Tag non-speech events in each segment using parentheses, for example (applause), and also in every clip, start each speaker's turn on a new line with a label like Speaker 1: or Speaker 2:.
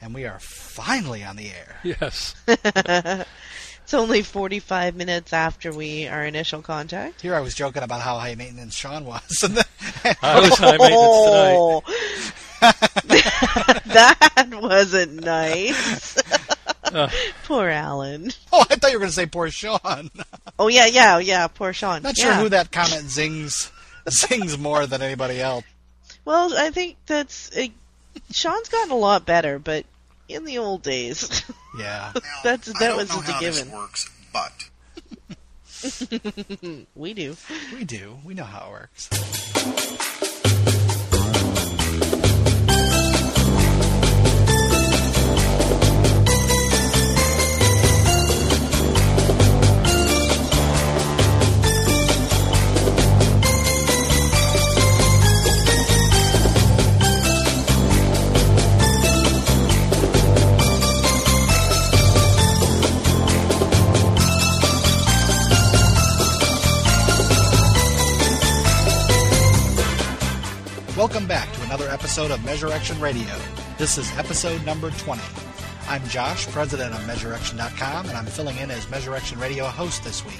Speaker 1: and we are finally on the air.
Speaker 2: Yes.
Speaker 3: It's only 45 minutes after we our initial contact.
Speaker 1: Here I was joking about how high maintenance Sean was, (laughs) and then,
Speaker 2: (laughs) I was high maintenance tonight.
Speaker 3: Oh, (laughs) that wasn't nice.
Speaker 2: Uh.
Speaker 3: poor Alan.
Speaker 1: oh, I thought you were going to say poor Sean.
Speaker 3: Oh yeah, yeah, yeah. Poor Sean.
Speaker 1: Not sure
Speaker 3: Yeah.
Speaker 1: who that comment zings zings more than anybody else.
Speaker 3: Well, I think that's uh, Sean's gotten a lot better, but in the old days,
Speaker 1: Yeah,
Speaker 3: (laughs) that's
Speaker 4: I
Speaker 3: that
Speaker 4: don't
Speaker 3: was
Speaker 4: know
Speaker 3: just a
Speaker 4: how
Speaker 3: given.
Speaker 4: this works, but
Speaker 3: We do.
Speaker 1: we do. We know how it works. Welcome back to another episode of Measure Action Radio. This is episode number 20. I'm Josh, president of MeasureAction.com, and I'm filling in as Measure Action Radio host this week.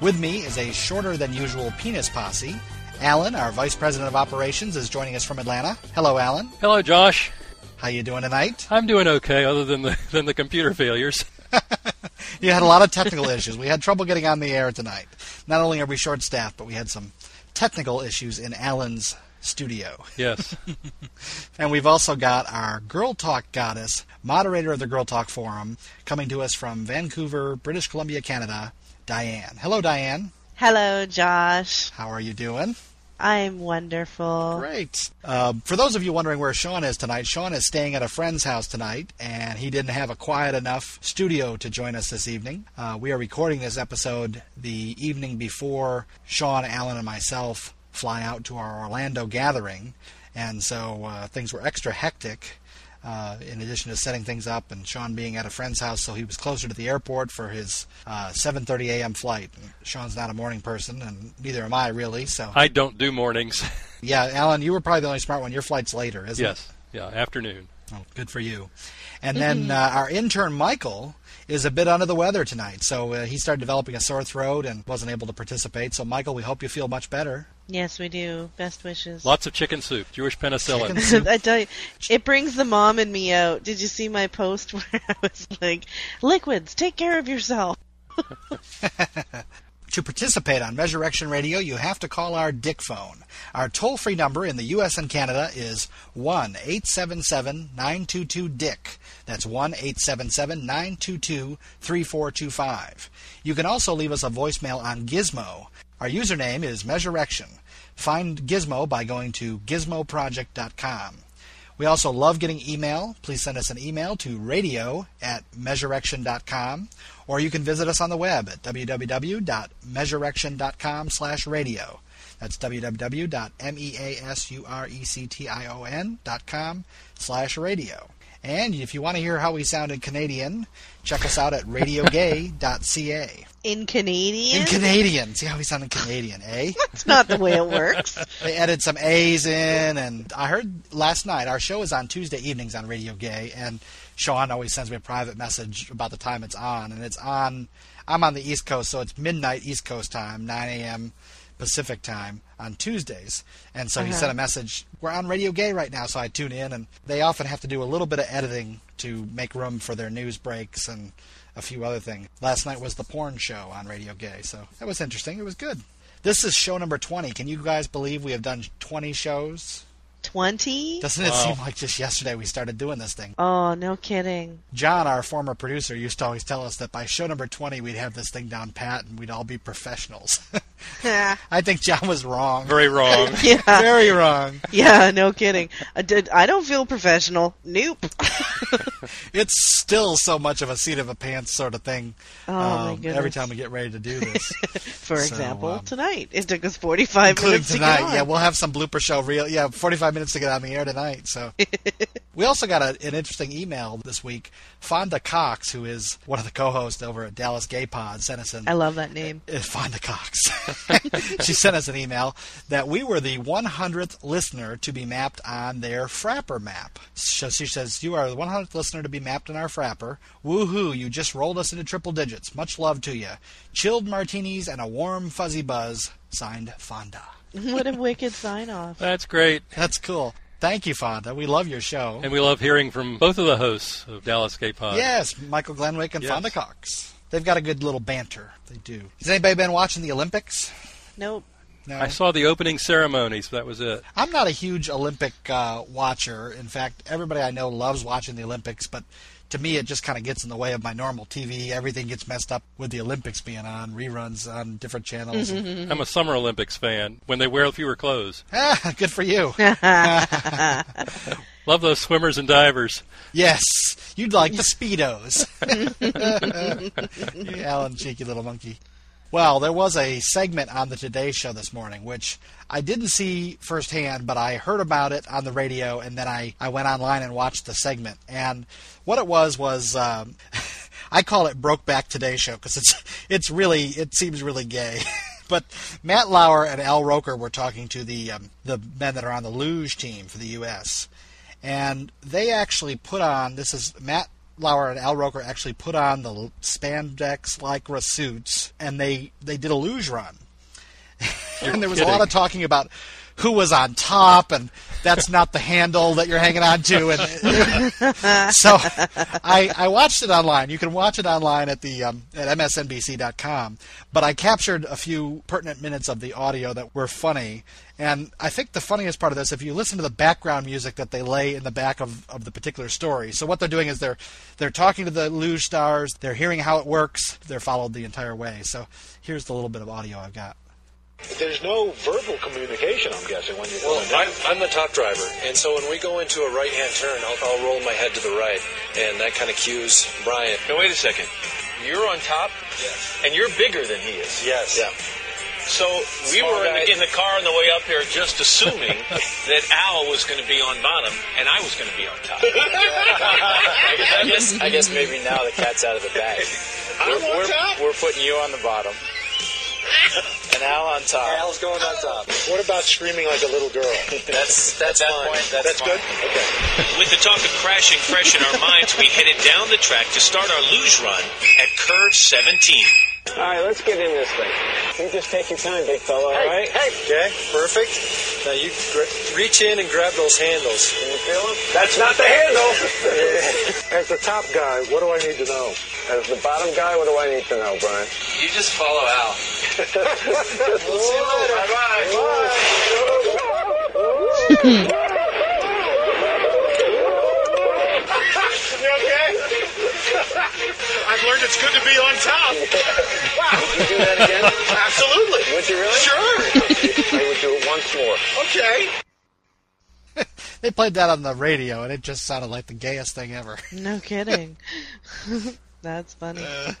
Speaker 1: With me is a shorter than usual penis posse. Alan, our vice president of operations, is joining us from Atlanta. Hello, Alan.
Speaker 2: (laughs) Hello, Josh.
Speaker 1: How you doing tonight?
Speaker 2: I'm doing okay, other than the than the computer failures.
Speaker 1: You had a lot of technical issues. We had trouble getting on the air tonight. Not only are we short-staffed, but we had some technical issues in Alan's studio.
Speaker 2: (laughs) Yes.
Speaker 1: And we've also got our Girl Talk goddess, moderator of the Girl Talk Forum, coming to us from Vancouver, British Columbia, Canada, Diane. Hello, Diane.
Speaker 3: Hello, Josh.
Speaker 1: How are you doing?
Speaker 3: I'm wonderful.
Speaker 1: Great. Uh, for those of you wondering where Sean is tonight, Sean is staying at a friend's house tonight, and he didn't have a quiet enough studio to join us this evening. Uh, we are recording this episode the evening before Sean, Alan, and myself fly out to our Orlando gathering, and so uh, things were extra hectic. Uh, in addition to setting things up and Sean being at a friend's house, so he was closer to the airport for his uh, 7:30 a.m. flight. And Sean's not a morning person, and neither am I really. So
Speaker 2: I don't do mornings. (laughs)
Speaker 1: yeah, Alan, you were probably the only smart one. Your flight's later, isn't it?
Speaker 2: yes. Yeah. Afternoon.
Speaker 1: Oh, good for you. And then uh, our intern Michael is a bit under the weather tonight, so uh, he started developing a sore throat and wasn't able to participate. So, Michael, we hope you feel much better.
Speaker 3: Yes, we do. Best wishes.
Speaker 2: Lots of chicken soup. Jewish penicillin.
Speaker 1: Chicken soup.
Speaker 3: (laughs) I tell you, it brings the mom in me out. Did you see my post (laughs) where I was like, "Liquids, take care of yourself."
Speaker 1: To participate on Measure Action Radio, you have to call our Dick phone. Our toll free number in the U.S. and Canada is 1 877 922 DICK. That's 1 877 922 3425. You can also leave us a voicemail on Gizmo. Our username is Measure Action. Find Gizmo by going to gizmoproject.com. We also love getting email. Please send us an email to radio at measureaction.com, or you can visit us on the web at www.measureaction.com slash radio. That's www.measurection.com slash radio. And if you want to hear how we sound in Canadian, check us out at radiogay.ca.
Speaker 3: In Canadian,
Speaker 1: In Canadian. See how we sound in Canadian, eh?
Speaker 3: it's not the way it works.
Speaker 1: They added some A's in, and I heard last night our show is on Tuesday evenings on Radio Gay, and Sean always sends me a private message about the time it's on, and it's on. I'm on the East Coast, so it's midnight East Coast time, 9 a.m. Pacific time on Tuesdays, and so he sent a message. We're on Radio Gay right now, so I tune in, and they often have to do a little bit of editing to make room for their news breaks and a few other things. Last night was the porn show on Radio Gay, so that was interesting. It was good. This is show number 20. Can you guys believe we have done 20 shows?
Speaker 3: Twenty?
Speaker 1: Doesn't it seem like just yesterday we started doing this thing?
Speaker 3: Oh, no kidding.
Speaker 1: John, our former producer, used to always tell us that by show number 20 we'd have this thing down pat and we'd all be professionals. (laughs)
Speaker 3: yeah,
Speaker 1: I think John was wrong.
Speaker 2: Very wrong.
Speaker 1: Very wrong.
Speaker 3: yeah, no kidding. I did. I don't feel professional. Nope. (laughs)
Speaker 1: It's still so much of a seat of a pants sort of thing
Speaker 3: Oh my
Speaker 1: um,
Speaker 3: goodness.
Speaker 1: every time we get ready to do this.
Speaker 3: For
Speaker 1: So,
Speaker 3: example,
Speaker 1: um,
Speaker 3: tonight it took us forty-five
Speaker 1: including
Speaker 3: minutes
Speaker 1: tonight.
Speaker 3: to get on.
Speaker 1: Yeah, we'll have some blooper show. Real, yeah, forty-five minutes to get on the air tonight.
Speaker 3: (laughs)
Speaker 1: So we also got a, an interesting email this week. Fonda Cox, who is one of the co-hosts over at Dallas Gay Pod, sent us an
Speaker 3: I love that name.
Speaker 1: uh, Fonda Cox. (laughs) she sent us an email that we were the 100th listener to be mapped on their Frapper map. So she says, You are the 100th listener to be mapped on our Frapper. Woohoo, you just rolled us into triple digits. Much love to you. Chilled martinis and a warm fuzzy buzz. Signed, Fonda.
Speaker 3: what a wicked sign
Speaker 2: (laughs)
Speaker 3: off.
Speaker 2: That's great.
Speaker 1: That's cool. Thank you, Fonda. We love your show.
Speaker 2: And we love hearing from both of the hosts of Dallas Gay Pod.
Speaker 1: yes, Michael Glenwick and
Speaker 2: Yes.
Speaker 1: Fonda Cox. They've got a good little banter. They do. Has anybody been watching the Olympics?
Speaker 3: Nope.
Speaker 1: No.
Speaker 2: I saw the opening ceremonies. That was it.
Speaker 1: I'm not a huge Olympic uh, watcher. In fact, everybody I know loves watching the Olympics, but to me, it just kind of gets in the way of my normal TV. Everything gets messed up with the Olympics being on, reruns on different channels.
Speaker 2: I'm a Summer Olympics fan when they wear fewer clothes.
Speaker 1: ah, good for you.
Speaker 2: Love those swimmers and divers.
Speaker 1: yes, you'd like the Speedos. you Alan Cheeky little monkey. Well, there was a segment on the Today Show this morning, which I didn't see firsthand, but I heard about it on the radio, and then I, I went online and watched the segment. And what it was was um, (laughs) I call it Brokeback Today Show because it's it's really it seems really gay. (laughs) but Matt Lauer and Al Roker were talking to the um, the men that are on the luge team for the U.S. And they actually put on this is Matt Lauer and Al Roker actually put on the l- spandex lycra suits, and they they did a luge run. (laughs) and there was a lot
Speaker 2: kidding.
Speaker 1: of talking about who was on top, and that's not the handle that you're hanging on to. And so (laughs) I I watched it online. You can watch it online at the um, at msnbc.com. But I captured a few pertinent minutes of the audio that were funny. And I think the funniest part of this, if you listen to the background music that they lay in the back of, of the particular story. So what they're doing is they're they're talking to the luge stars, they're hearing how it works, they're followed the entire way. So here's the little bit of audio I've got.
Speaker 4: There's no verbal communication, I'm guessing, when you're
Speaker 5: Well,
Speaker 4: going down.
Speaker 5: I'm, I'm the top driver, and so when we go into a right-hand turn, I'll, I'll roll my head to the right, and that kind of cues Brian.
Speaker 6: Now wait a second. You're on top,
Speaker 5: Yes.
Speaker 6: and you're bigger than he is.
Speaker 5: Yes. Yeah.
Speaker 6: So we
Speaker 5: Small
Speaker 6: were in
Speaker 5: guy.
Speaker 6: the, in the car on the way up here, just assuming
Speaker 4: (laughs)
Speaker 6: that Al was going to be on bottom and I was going to be on
Speaker 4: (laughs)
Speaker 6: top.
Speaker 5: I guess, I guess maybe now the cat's out of the
Speaker 6: (laughs)
Speaker 5: bag.
Speaker 4: I'm
Speaker 5: we're,
Speaker 4: on
Speaker 5: we're,
Speaker 4: top.
Speaker 5: we're putting you on the bottom, and Al on top. Al's going on top.
Speaker 4: What about screaming like a little girl?
Speaker 5: That's that's that fine. Point,
Speaker 4: That's good? Okay.
Speaker 6: With the talk of crashing fresh in our minds, we headed down the track to start our luge run at curve 17.
Speaker 5: All right, let's get in this thing. You just take your time, big fella. All right. Hey. Okay. Perfect. Now you gr- reach in and grab those handles. Can you feel them?
Speaker 4: That's not the
Speaker 5: (laughs)
Speaker 4: handle! As the top guy, what do I need to know? As the bottom guy, what do I need to know, Brian?
Speaker 5: You just follow
Speaker 4: (laughs)
Speaker 5: Al.
Speaker 4: (laughs) You (laughs) okay? I've learned it's good to be on top. Wow. Would you do that again? Absolutely. Would you really? Sure. I would do it once more. Okay.
Speaker 1: They played that on the radio, and it just sounded like the gayest thing ever. (laughs)
Speaker 3: No kidding. (laughs) That's funny.
Speaker 1: Uh,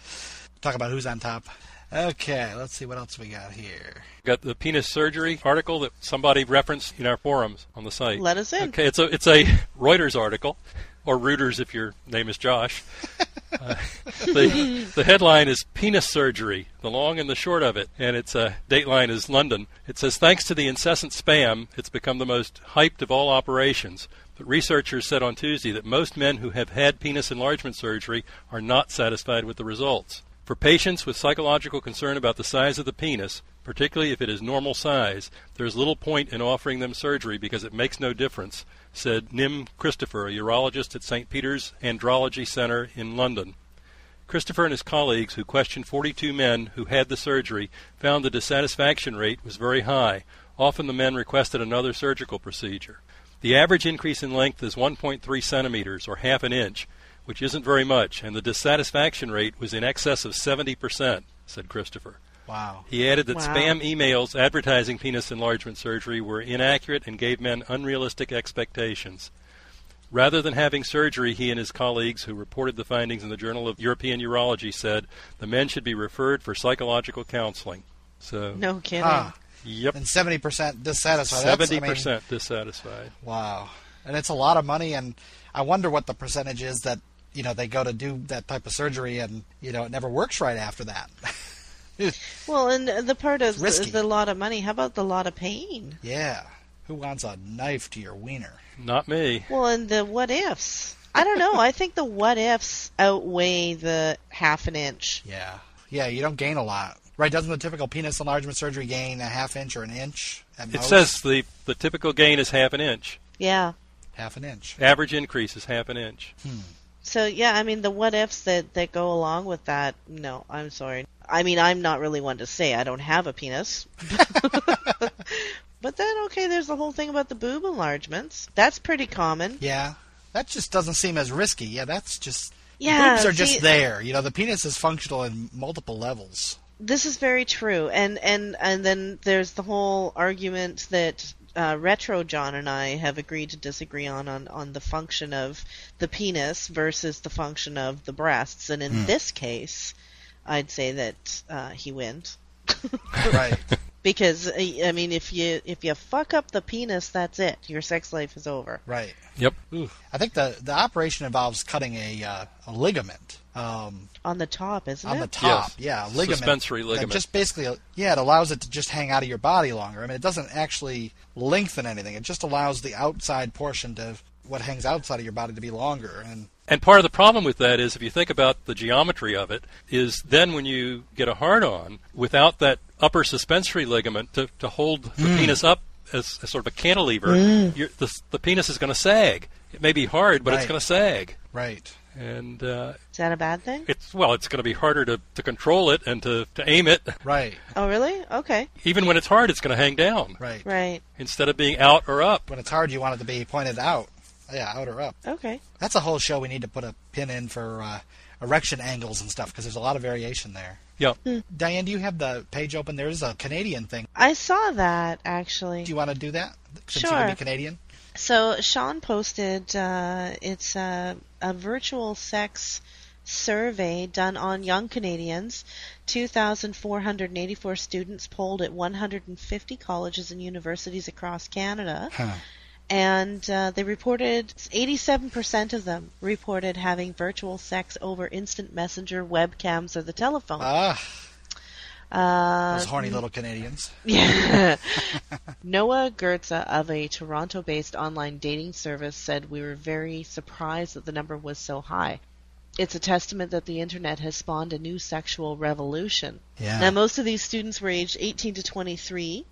Speaker 1: Talk about who's on top. Okay, let's see what else we got here.
Speaker 2: Got the penis surgery article that somebody referenced in our forums on the site.
Speaker 3: Let us in.
Speaker 2: Okay, it's a it's a Reuters article, or Reuters if your name is Josh. Uh, the, the headline is penis surgery, the long and the short of it, and its uh, dateline is London. It says thanks to the incessant spam, it's become the most hyped of all operations. But researchers said on Tuesday that most men who have had penis enlargement surgery are not satisfied with the results. For patients with psychological concern about the size of the penis, particularly if it is normal size, there is little point in offering them surgery because it makes no difference, said Nim Christopher, a urologist at St. Peter's Andrology Center in London. Christopher and his colleagues, who questioned 42 men who had the surgery, found the dissatisfaction rate was very high. Often the men requested another surgical procedure. The average increase in length is 1.3 centimeters, or half an inch, which isn't very much, and the dissatisfaction rate was in excess of 70%, said Christopher.
Speaker 1: Wow.
Speaker 2: He added that
Speaker 3: Wow.
Speaker 2: spam emails advertising penis enlargement surgery were inaccurate and gave men unrealistic expectations. Rather than having surgery, he and his colleagues who reported the findings in the Journal of European Urology said the men should be referred for psychological counseling. So,
Speaker 3: No kidding.
Speaker 1: Ah,
Speaker 2: yep,
Speaker 1: and 70% dissatisfied. That's- I
Speaker 2: seventy
Speaker 1: mean,
Speaker 2: percent dissatisfied.
Speaker 1: Wow. And it's a lot of money, and I wonder what the percentage is that, (laughs) you know, they go to do that type of surgery and, you know, it never works right after that.
Speaker 3: Well, and the part of
Speaker 1: It's
Speaker 3: the,
Speaker 1: risky.
Speaker 3: the lot of money. How about the lot of pain?
Speaker 1: Yeah. Who wants a knife to your wiener?
Speaker 2: Not me.
Speaker 3: Well, and the what ifs. I don't know. I think the what ifs outweigh the half an inch.
Speaker 1: Yeah. Yeah, you don't gain a lot. Right, doesn't the typical penis enlargement surgery gain a half inch or an inch at
Speaker 2: It
Speaker 1: most?
Speaker 2: says the, the typical gain is half an inch.
Speaker 3: Yeah.
Speaker 1: half an inch.
Speaker 2: Average increase is half an inch.
Speaker 3: So yeah, I mean the what ifs that that go along with that. No, I'm sorry. I mean I'm not really one to say I don't have a penis. (laughs) but then okay, there's the whole thing about the boob enlargements. That's pretty common.
Speaker 1: Yeah. That just doesn't seem as risky. Yeah, that's just
Speaker 3: Yeah,
Speaker 1: boobs are
Speaker 3: see-
Speaker 1: just there. You know, the penis is functional in multiple levels.
Speaker 2: (laughs)
Speaker 3: This is very true. And and and then there's the whole argument that uh, retro John and I have agreed to disagree on, on on the function of the penis versus the function of the breasts. And in
Speaker 1: Hmm.
Speaker 3: this case, I'd say that uh, he wins.
Speaker 1: Right.
Speaker 3: because uh, I I mean, if you if you fuck up the penis, that's it. Your sex life is over.
Speaker 1: right.
Speaker 2: Yep.
Speaker 1: I think the the operation involves cutting a uh, a ligament. Um,
Speaker 3: On the top, isn't
Speaker 1: on
Speaker 3: it?
Speaker 1: the top. Yeah, a ligament.
Speaker 2: Suspensory
Speaker 1: that
Speaker 2: ligament.
Speaker 1: just basically, yeah, it allows it to just hang out of your body longer. I mean, it doesn't actually lengthen anything. It just allows the outside portion to what hangs outside of your body to be longer. And
Speaker 2: And part of the problem with that is if you think about the geometry of it, is then when you get a hard on, without that upper suspensory ligament to, to hold the
Speaker 1: Hmm.
Speaker 2: penis up as, as sort of a cantilever, you're, the, the penis is going to sag. It may be hard, but it's
Speaker 1: Right.
Speaker 2: going to sag.
Speaker 1: right,
Speaker 2: And uh,
Speaker 3: Is that a bad thing?
Speaker 2: it's, well, it's going to be harder to, to control it and to, to aim it.
Speaker 1: right,
Speaker 3: Oh, really? Okay,
Speaker 2: Even when it's hard, it's going to hang down
Speaker 1: right,
Speaker 3: right.
Speaker 2: instead of being out or up.
Speaker 1: When it's hard, you want it to be pointed out. Yeah, out or up.
Speaker 3: Okay.
Speaker 1: That's a whole show we need to put a pin in for uh, erection angles and stuff because there's a lot of variation there.
Speaker 2: Yeah.
Speaker 1: Diane, do you have the page open? There is a Canadian thing.
Speaker 3: I saw that actually.
Speaker 1: Do you want to do that? Since you're gonna
Speaker 3: Sure.
Speaker 1: be Canadian.
Speaker 3: So Sean posted uh, it's a, a virtual sex survey done on young Canadians. 2,484 students polled at 150 colleges and universities across Canada. And uh, they reported 87% of them reported having virtual sex over instant messenger, webcams, or the telephone.
Speaker 1: Ah,
Speaker 3: Uh,
Speaker 1: those horny little
Speaker 3: (laughs)
Speaker 1: Canadians.
Speaker 3: yeah. (laughs) Noah Gerza of a Toronto based online dating service said we were very surprised that the number was so high. It's a testament that the internet has spawned a new sexual revolution.
Speaker 1: Yeah.
Speaker 3: Now, most of these students were aged 18 to 23,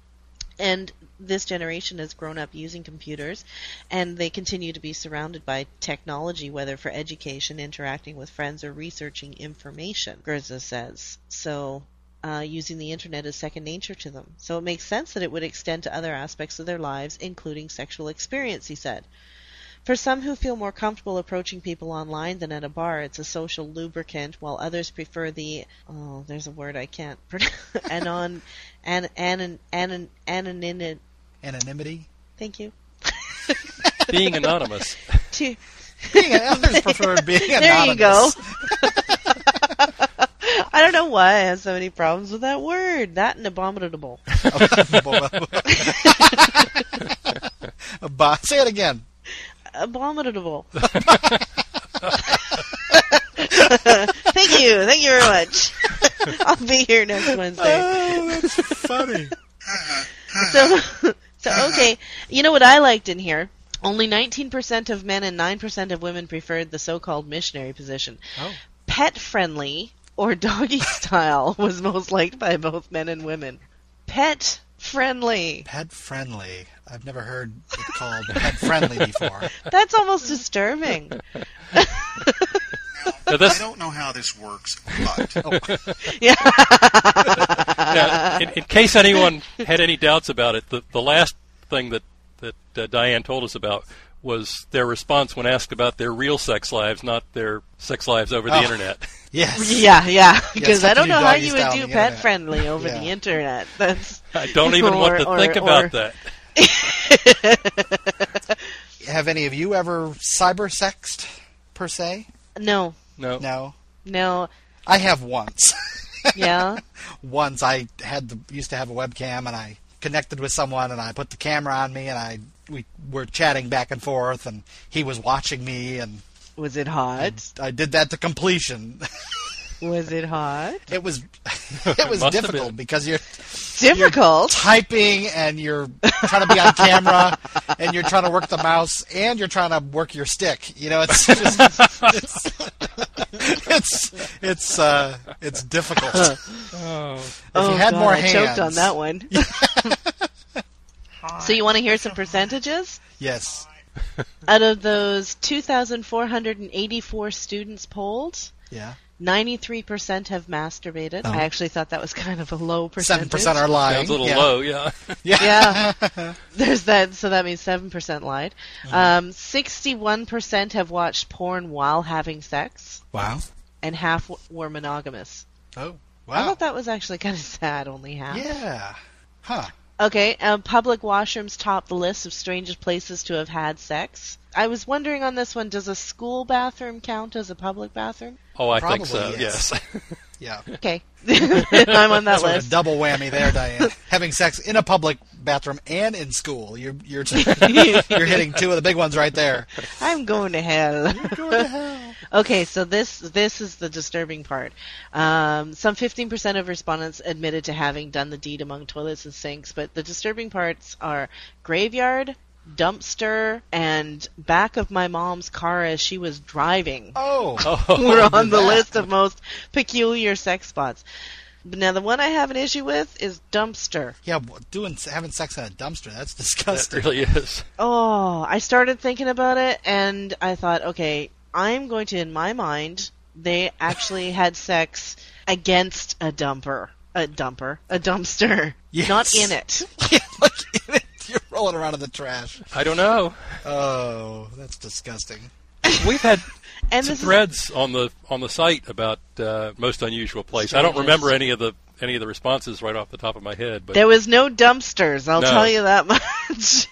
Speaker 3: and this generation has grown up using computers, and they continue to be surrounded by technology, whether for education, interacting with friends, or researching information, Gerza says. So, uh, using the internet is second nature to them. So, it makes sense that it would extend to other aspects of their lives, including sexual experience, he said. For some who feel more comfortable approaching people online than at a bar, it's a social lubricant, while others prefer the oh, there's a word I can't (laughs) pronounce anon an anon anon anonym.
Speaker 1: Anonymity.
Speaker 3: Thank you.
Speaker 2: Being anonymous.
Speaker 3: To,
Speaker 1: being an others prefer being anonymous.
Speaker 3: (laughs) there you go. (laughs) I don't know why I have so many problems with that word. That and abominable.
Speaker 1: (laughs) Abom- Say it again. (laughs)
Speaker 3: Abominable. thank you. Thank you very much. (laughs) I'll be here next Wednesday.
Speaker 1: Oh, Funny.
Speaker 3: (laughs) so, so okay. You know what I liked in here? Only 19% of men and 9% of women preferred the so-called missionary position.
Speaker 1: Oh.
Speaker 3: Pet friendly or doggy (laughs) style was most liked by both men and women. Pet friendly.
Speaker 1: Pet friendly. I've never heard it called pet friendly
Speaker 3: (laughs)
Speaker 1: before.
Speaker 3: That's almost disturbing.
Speaker 2: Now,
Speaker 1: (laughs)
Speaker 2: this-
Speaker 7: I don't know how this works,
Speaker 3: (laughs)
Speaker 7: but
Speaker 2: Now, in, in case anyone had any doubts about it, the, the last thing that that uh, Diane told us about was their response when asked about their real sex lives, not their sex lives over the
Speaker 1: Oh.
Speaker 2: internet.
Speaker 1: (laughs) Yes.
Speaker 3: Yeah, yeah. Because
Speaker 1: how
Speaker 3: I don't
Speaker 1: can you
Speaker 3: know how
Speaker 1: doggy
Speaker 3: you
Speaker 1: style
Speaker 3: would
Speaker 1: on
Speaker 3: do
Speaker 1: the
Speaker 3: pet
Speaker 1: internet?
Speaker 3: friendly over
Speaker 1: Yeah.
Speaker 3: the internet. (laughs) That's
Speaker 2: (laughs) I don't
Speaker 3: (laughs)
Speaker 2: even want to
Speaker 3: Or-
Speaker 2: think
Speaker 3: or-
Speaker 2: about
Speaker 3: or-
Speaker 2: that.
Speaker 1: Have any of you ever cyber sexed per se?
Speaker 3: no,
Speaker 2: No.
Speaker 1: No. (laughs)
Speaker 3: no,
Speaker 1: I have once.
Speaker 3: yeah.
Speaker 1: once I had the, used to have a webcam and I connected with someone and I put the camera on me and I we were chatting back and forth and he was watching me and
Speaker 3: Was it hot?
Speaker 1: I did that to completion. (laughs)
Speaker 3: Was it hot?
Speaker 1: It
Speaker 2: (laughs)
Speaker 1: was it was
Speaker 2: must have
Speaker 1: difficult
Speaker 2: been.
Speaker 1: because you're
Speaker 3: Difficult. (laughs)
Speaker 1: typing and you're trying to be on
Speaker 2: (laughs)
Speaker 1: camera and you're trying to work the mouse and you're trying to work your stick. You know, it's just (laughs) it's it's it's, uh, it's difficult.
Speaker 3: oh,
Speaker 1: had
Speaker 3: God,
Speaker 1: more
Speaker 3: I choked
Speaker 1: hands.
Speaker 3: on
Speaker 1: (laughs)
Speaker 3: that one. (laughs) so you want to hear some percentages?
Speaker 1: Yes,
Speaker 3: Out of those 2,484 students polled,
Speaker 1: yeah.
Speaker 3: 93% have masturbated. I actually thought that was kind of a low
Speaker 1: Oh. Seven
Speaker 3: percentage.
Speaker 1: percent are lying.
Speaker 2: Sounds a little
Speaker 1: yeah.
Speaker 2: low, yeah. (laughs)
Speaker 3: yeah. There's that. So that means 7% lied. Um, 61% have watched porn while having sex,
Speaker 1: Wow.
Speaker 3: and half w- were monogamous.
Speaker 1: Oh,
Speaker 3: I
Speaker 1: wow.
Speaker 3: thought that was actually kind of (laughs) sad, only half.
Speaker 1: Yeah. Huh.
Speaker 3: Okay, um, public washrooms top the list of strangest places to have had sex. I was wondering on this one, does a school bathroom count as a public bathroom?
Speaker 2: Oh, I
Speaker 1: Probably
Speaker 2: think so.
Speaker 1: yes.
Speaker 2: Yes.
Speaker 1: Yeah.
Speaker 3: Okay, (laughs) I'm on that
Speaker 1: Sort of
Speaker 3: list.
Speaker 1: double whammy there, Diane. Having sex in a public bathroom and in school. You're you're you're hitting two of the big ones right there.
Speaker 3: I'm going to hell. (laughs) okay, so this this is the disturbing part. Um, some 15% of respondents admitted to having done the deed among toilets and sinks, but the disturbing parts are graveyard, dumpster, and back of my mom's car as she was driving.
Speaker 1: Oh.
Speaker 3: (laughs) were on the list of most peculiar sex spots. But Now, the one I have an issue with is dumpster.
Speaker 1: Yeah, w- doing having sex in a dumpster. That's
Speaker 3: (laughs)
Speaker 2: It
Speaker 1: disgusting.
Speaker 2: really is.
Speaker 3: Oh, I started thinking about it and I thought, okay, I'm going to, in my mind, they
Speaker 1: (laughs)
Speaker 3: actually had sex against a dumper. A dumper. A dumpster.
Speaker 1: Yes.
Speaker 3: Not in it.
Speaker 1: (laughs) Yeah, look at it. You're rolling around in the trash.
Speaker 2: I don't
Speaker 3: (laughs)
Speaker 2: know.
Speaker 1: Oh, that's disgusting.
Speaker 2: We've had
Speaker 3: And
Speaker 2: some
Speaker 3: this is
Speaker 2: threads on the on the site about uh, most unusual place. I don't
Speaker 3: Strangest.
Speaker 2: remember any of the any of the responses right off the top of my head, but
Speaker 3: There was no dumpsters, I'll
Speaker 2: No.
Speaker 3: tell you that much.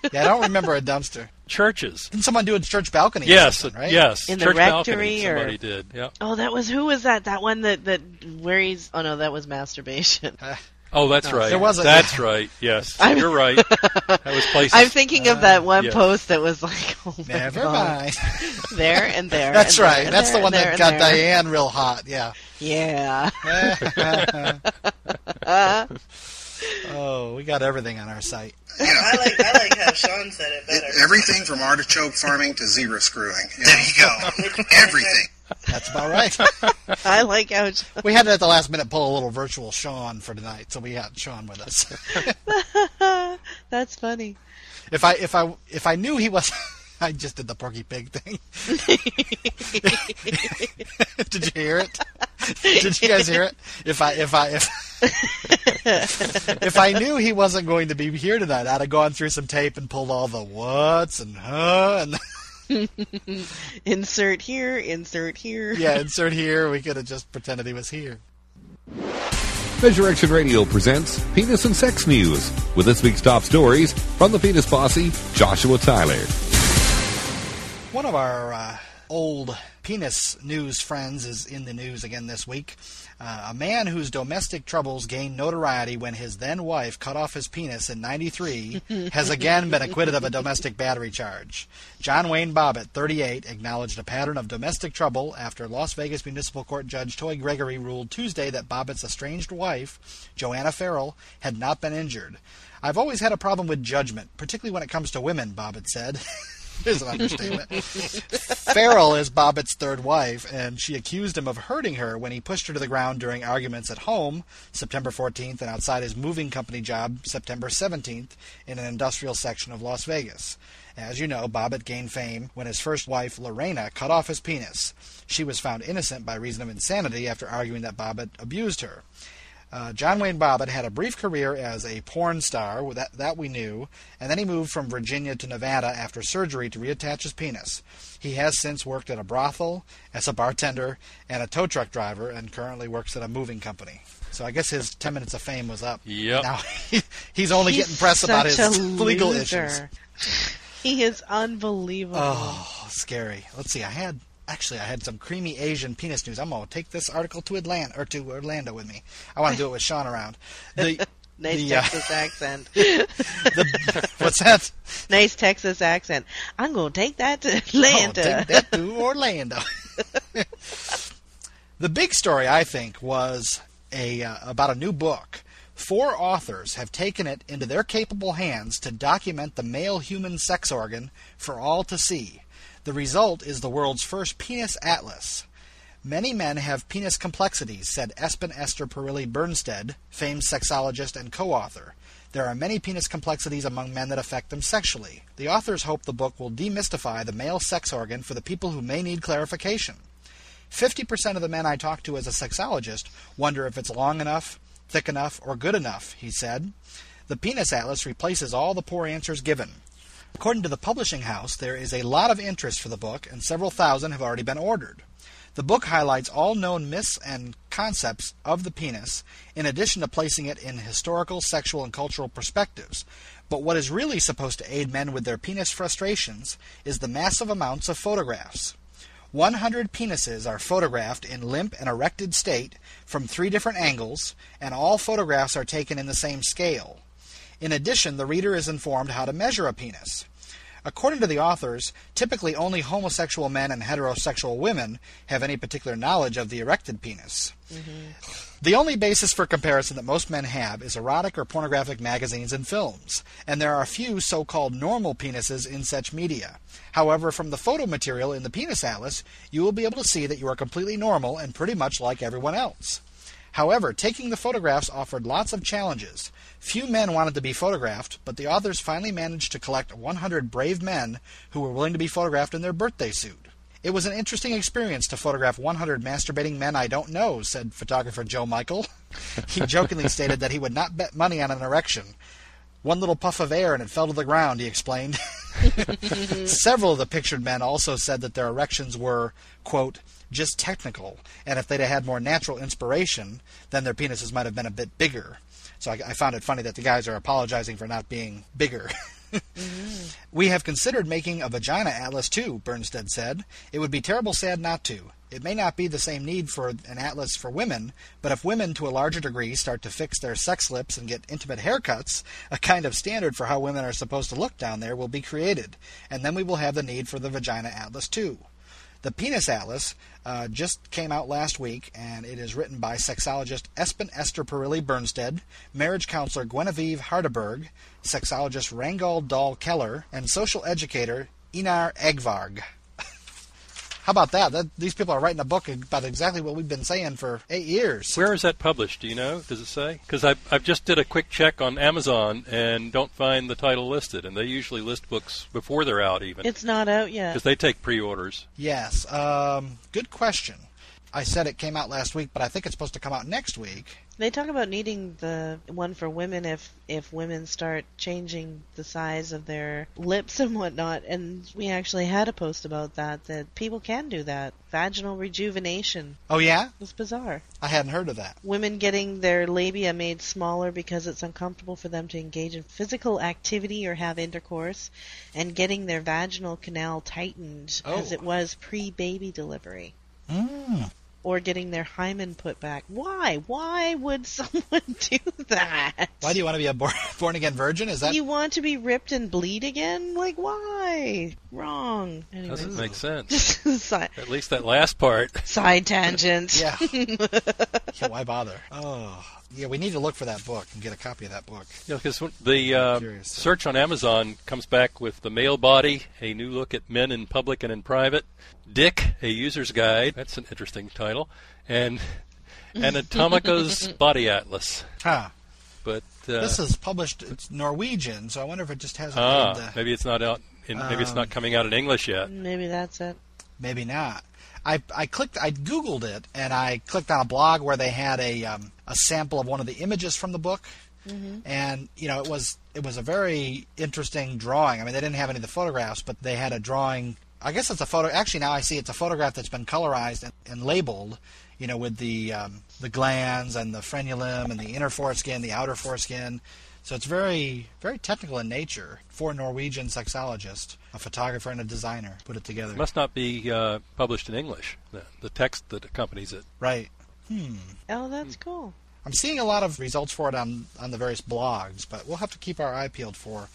Speaker 1: (laughs) Yeah, I don't remember a dumpster.
Speaker 2: churches.
Speaker 1: Didn't someone do a church balcony? or
Speaker 2: Yes,
Speaker 1: something, right?
Speaker 2: yes.
Speaker 3: In the
Speaker 2: Church
Speaker 3: rectory
Speaker 2: balcony,
Speaker 3: or-
Speaker 2: somebody did. Yeah.
Speaker 3: (laughs) oh, that was, who was that? That one that, that, where he's, oh no, that
Speaker 1: (laughs)
Speaker 3: was masturbation.
Speaker 2: Oh, that's right.
Speaker 1: There was a-
Speaker 2: that's right.
Speaker 3: (laughs)
Speaker 2: Yes, you're right. That was places.
Speaker 3: I'm thinking of that one
Speaker 2: yeah.
Speaker 3: post that was like, (laughs) oh my
Speaker 1: Uh, Never
Speaker 3: God.
Speaker 1: mind. (laughs)
Speaker 3: There and there.
Speaker 1: That's
Speaker 3: and there
Speaker 1: right.
Speaker 3: and
Speaker 1: That's
Speaker 3: there
Speaker 1: the one
Speaker 3: and there
Speaker 1: that
Speaker 3: and
Speaker 1: got
Speaker 3: there.
Speaker 1: Diane real hot. Yeah. (laughs)
Speaker 3: Yeah.
Speaker 1: (laughs) Oh, we got everything on our site.
Speaker 8: I like I like how Sean said it better.
Speaker 7: Everything from artichoke farming to zebra screwing. There you go. Everything.
Speaker 1: That's about right. (laughs)
Speaker 3: I like how it's-
Speaker 1: we had to at the last minute pull a little virtual Sean for tonight, so we had Sean with us.
Speaker 3: that's funny.
Speaker 1: If I if I if I knew he was, (laughs) I just did the Porky Pig thing. (laughs) did you hear it? Did you guys hear it? If I if I if (laughs) if I knew he wasn't going to be here tonight, I'd have gone through some tape and pulled all the whats and huh and
Speaker 3: Insert here, insert here.
Speaker 1: yeah, insert here. We could have just pretended he was here.
Speaker 9: Measure Action Radio presents Penis and Sex News with this week's top stories from the Penis Posse, Joshua Tyler.
Speaker 1: One of our uh, old penis news friends is in the news again this week. Uh, a man whose domestic troubles gained notoriety when his then wife cut off his penis in 93 has again been acquitted of a domestic battery charge. John Wayne Bobbitt, 38, acknowledged a pattern of domestic trouble after Las Vegas Municipal Court Judge Toy Gregory ruled Tuesday that Bobbitt's estranged wife, Joanna Farrell, had not been injured. I've always had a problem with judgment, particularly when it comes to women, Bobbitt said. (laughs) There's an understatement. Farrell is Bobbitt's third wife, and she accused him of hurting her when he pushed her to the ground during arguments at home, September 14th, and outside his moving company job, September 17th, in an industrial section of Las Vegas. As you know, Bobbitt gained fame when his first wife, Lorena, cut off his penis. She was found innocent by reason of insanity after arguing that Bobbitt abused her. Uh, John Wayne Bobbitt had a brief career as a porn star, well, that, that we knew, and then he moved from Virginia to Nevada after surgery to reattach his penis. He has since worked at a brothel, as a bartender, and a tow truck driver, and currently works at a moving company. So I guess his 10 minutes of fame was up.
Speaker 2: Yep.
Speaker 1: Now (laughs) he's only
Speaker 3: He's
Speaker 1: getting press about
Speaker 3: such
Speaker 1: his
Speaker 3: a
Speaker 1: legal
Speaker 3: loser.
Speaker 1: issues.
Speaker 3: (laughs) He is unbelievable.
Speaker 1: Oh, scary. Let's see. I had actually I had some creamy Asian penis news. I'm gonna take this article to Atlanta or to Orlando with me. I want to do it with Sean around. The,
Speaker 3: nice
Speaker 1: the, uh,
Speaker 3: Texas accent.
Speaker 1: (laughs) the- what's that?
Speaker 3: nice Texas accent.
Speaker 1: (laughs)
Speaker 3: I'm going to take that to
Speaker 1: Oh,
Speaker 3: Atlanta.
Speaker 1: take that to Orlando. The- The big story, I think, was a uh, about a new book. Four authors have taken it into their capable hands to document the male human sex organ for all to see. The result is the world's first penis atlas. Many men have penis complexities, said Espen Esther Perilli Bernstead, famed sexologist and co author. There are many penis complexities among men that affect them sexually. The authors hope the book will demystify the male sex organ for the people who may need clarification. 50% of the men I talk to as a sexologist wonder if it's long enough, thick enough, or good enough, he said. The Penis Atlas replaces all the poor answers given. According to the publishing house, there is a lot of interest for the book, and several thousand have already been ordered. The book highlights all known myths and concepts of the penis, in addition to placing it in historical, sexual, and cultural perspectives. But what is really supposed to aid men with their penis frustrations is the massive amounts of photographs. 100 penises are photographed in limp and erected state from three different angles, and all photographs are taken in the same scale. In addition, the reader is informed how to measure a penis. According to the authors, typically only homosexual men and heterosexual women have any particular knowledge of the erected penis. The only basis for comparison that most men have is erotic or pornographic magazines and films, and there are few so called normal penises in such media. However, from the photo material in the Penis Atlas, you will be able to see that you are completely normal and pretty much like everyone else. However, taking the photographs offered lots of challenges. Few men wanted to be photographed, but the authors finally managed to collect 100 brave men who were willing to be photographed in their birthday suit. It was an interesting experience to photograph 100 masturbating men I don't know, said photographer Joe Michael. (laughs) He jokingly stated that he would not bet money on an erection. One little puff of air and it fell to the ground, he explained. Several of the pictured men also said that their erections were, quote, just technical, and if they'd have had more natural inspiration, then their penises might have been a bit bigger. So I, I found it funny that the guys are apologizing for not being bigger. (laughs) We have considered making a vagina atlas too, Bernstead said. It would be terrible sad not to. It may not be the same need for an atlas for women, but if women to a larger degree start to fix their sex lips and get intimate haircuts, a kind of standard for how women are supposed to look down there will be created, and then we will have the need for the vagina atlas too. The Penis Atlas uh, just came out last week, and it is written by sexologist Espen Esther Perilli Bernstead, marriage counselor Guinevere Hardeberg, sexologist Rangal Dahl Keller, and social educator Inar Egvarg. (laughs) How about that? that? These people are writing a book about exactly what we've been saying for eight years.
Speaker 2: Where is that published? Do you know? Does it say? Because I I just did a quick check on Amazon and don't find the title listed, and they usually list books before they're out even
Speaker 3: It's not out yet.
Speaker 2: because they take pre-orders.
Speaker 1: Yes. Um, good question. I said it came out last week, but I think it's supposed to come out next week.
Speaker 3: They talk about needing the one for women if if women start changing the size of their lips and whatnot. And we actually had a post about that that people can do that. Vaginal rejuvenation.
Speaker 1: Oh, yeah?
Speaker 3: It's bizarre.
Speaker 1: I hadn't heard of that.
Speaker 3: Women getting their labia made smaller because it's uncomfortable for them to engage in physical activity or have intercourse, and getting their vaginal canal tightened as
Speaker 1: Oh. Mm.
Speaker 3: it was pre baby delivery. Or getting their hymen put back. Why? Why would (laughs) someone do that?
Speaker 1: Why do you want to be a born, (laughs) born again virgin? Is that
Speaker 3: You want to be ripped and bleed again? Like, why? Wrong.
Speaker 2: Doesn't
Speaker 3: Anyways.
Speaker 2: make sense.
Speaker 3: Just a side,
Speaker 2: At least that last part.
Speaker 3: (laughs) side
Speaker 2: (laughs)
Speaker 3: tangent.
Speaker 1: Yeah. yeah. Why bother? Oh, yeah. We need to look for that book and get a copy of that book.
Speaker 2: Yeah, because the uh,
Speaker 1: curious.
Speaker 2: search on Amazon comes back with the male body, a new look at men in public and in private, Dick, a user's guide. That's an interesting title,
Speaker 3: (laughs)
Speaker 2: and Anatomica's body atlas.
Speaker 1: Huh.
Speaker 2: But uh,
Speaker 1: this is published. It's Norwegian, so I wonder if it just hasn't.
Speaker 2: ah,
Speaker 1: made the,
Speaker 2: maybe it's not out. In, maybe it's
Speaker 1: um,
Speaker 2: not coming out in English yet.
Speaker 3: Maybe that's it.
Speaker 1: maybe not. I, I clicked. I googled it, and I clicked on a blog where they had a um, a sample of one of the images from the book, and you know it was it was a very interesting drawing. I mean, they didn't have any of the photographs, but they had a drawing. I guess it's a photo. Actually, now I see it's a photograph that's been colorized and, and labeled. You know, with the um, the glands and the frenulum and the inner foreskin, the outer foreskin. So it's very very technical in nature for a Norwegian sexologist, a photographer, and a designer put it together.
Speaker 2: It must not be uh, published in English. The, the text that accompanies it.
Speaker 1: Right.
Speaker 3: Oh, that's cool.
Speaker 1: I'm seeing a lot of results for it on, on the various blogs, but we'll have to keep our eye peeled for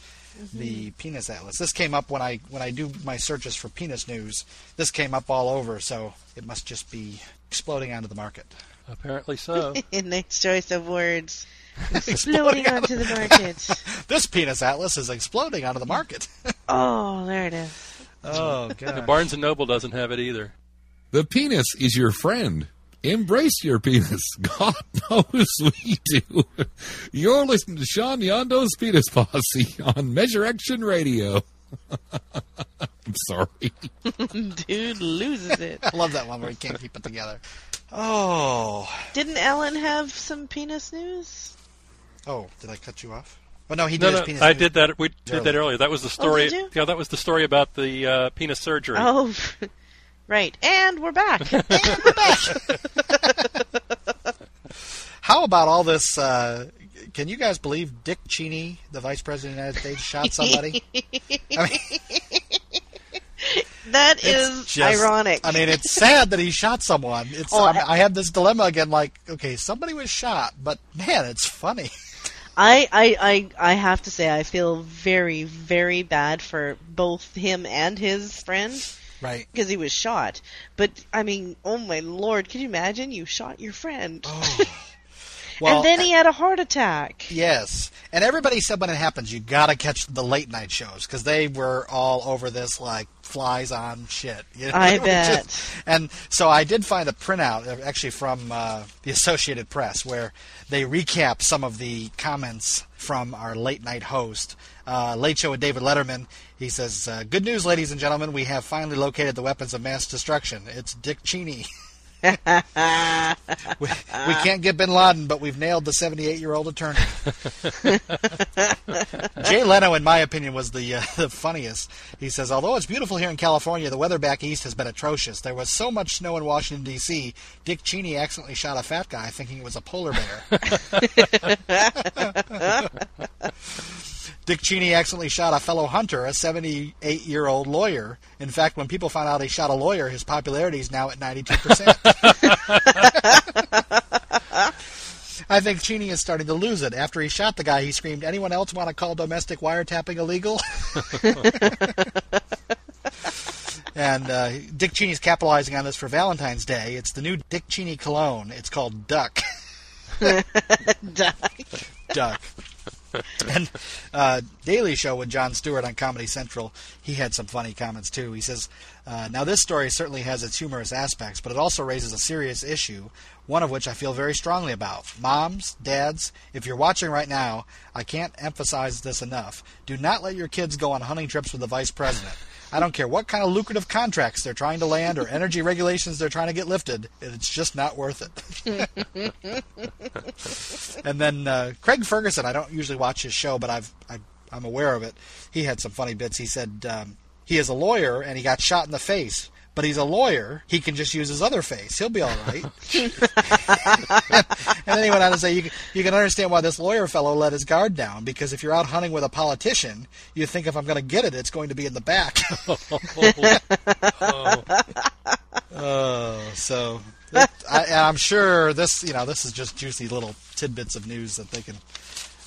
Speaker 1: the penis atlas. This came up when I when I do my searches for penis news. This came up all over, so it must just be exploding onto the market.
Speaker 2: Apparently
Speaker 3: (laughs)
Speaker 2: so.
Speaker 3: In next choice of (laughs) words. Exploding onto the (laughs) market.
Speaker 1: This penis atlas is exploding onto the market.
Speaker 2: (laughs)
Speaker 3: Oh, there it is.
Speaker 1: oh god.
Speaker 2: Barnes and Noble doesn't have it either.
Speaker 9: The penis is your friend. Embrace your penis. (laughs) God knows we do. You're listening to Sean Yondo's Penis Posse on Measure Action Radio. (laughs) I'm sorry.
Speaker 3: Dude loses it.
Speaker 1: I love that one where he can't keep it together. Oh.
Speaker 3: Didn't Ellen have some penis news?
Speaker 1: Oh, did I cut you off? Well, no, he did
Speaker 2: No,
Speaker 1: his
Speaker 2: no,
Speaker 1: penis.
Speaker 2: I
Speaker 1: news.
Speaker 2: did that. We did that earlier. That was the story.
Speaker 3: Oh, did you?
Speaker 2: Yeah, that was the story about the uh, penis surgery.
Speaker 3: Oh, (laughs) right. (laughs) And we're back.
Speaker 1: How about all this? Uh, can you guys believe Dick Cheney, the vice president of the United States, shot
Speaker 2: (laughs)
Speaker 1: somebody?
Speaker 3: that
Speaker 1: It's
Speaker 3: is
Speaker 1: just-
Speaker 3: ironic.
Speaker 1: I mean, it's sad that he shot someone. It's
Speaker 3: Oh,
Speaker 1: I, mean,
Speaker 3: I-
Speaker 1: I had this dilemma again. Like, okay, somebody was shot, but man, it's funny.
Speaker 3: I, I, I, I have to say, I feel very, very bad for both him and his friend
Speaker 1: Right.
Speaker 3: because he was shot. But, I mean, oh my lord, can you imagine? You shot your friend. (laughs)
Speaker 1: Well,
Speaker 3: and then he had a heart attack. (laughs)
Speaker 1: Yes, and everybody said when it happens, you gotta catch the late night shows because they were all over this like flies on shit. You know, (laughs)
Speaker 3: I
Speaker 1: they were
Speaker 3: bet.
Speaker 1: and so I did find a printout uh, actually from uh, the Associated Press where they recap some of the comments from our late night host, uh, Late Show with David Letterman. He says, uh, "Good news, ladies and gentlemen, we have finally located the weapons of mass destruction. It's Dick
Speaker 3: (laughs)
Speaker 1: Cheney." (laughs) we, we can't get Bin Laden, but we've nailed the 78-year-old attorney. Jay Leno, in my opinion, was the uh, (laughs) the funniest. He says, although it's beautiful here in California, the weather back east has been atrocious. There was so much snow in Washington D.C. Dick Cheney accidentally shot a fat guy, thinking it was a polar bear. Dick Cheney accidentally shot a fellow hunter, a 78 year old lawyer. In fact, when people found out he shot a lawyer, his popularity is now at 92%. I think Cheney is starting to lose it. After he shot the guy, he screamed, Anyone else want to call domestic wiretapping illegal? and uh, Dick Cheney's capitalizing on this for Valentine's Day. It's the new Dick Cheney cologne. It's called Duck. Duck. And uh, Daily Show with John Stewart on Comedy Central, he had some funny comments too. He says, uh, "Now this story certainly has its humorous aspects, but it also raises a serious issue, one of which I feel very strongly about. Moms, dads, if you're watching right now, I can't emphasize this enough. Do not let your kids go on hunting trips with the vice president." I don't care what kind of lucrative contracts they're trying to land or energy regulations they're trying to get lifted. It's just not worth it. And then uh, Craig Ferguson, I don't usually watch his show, but I've, I, I'm aware of it. He had some funny bits. He said um, he is a lawyer and he got shot in the face, but he's a lawyer. He can just use his other face. He'll be all right. and then he went on to say, you, you can understand why this lawyer fellow let his guard down because if you're out hunting with a politician, you think if I'm going to get it, it's going to be in the back. (laughs) Oh, so it, I, and I'm sure this, you know, this is just juicy little tidbits of news that they can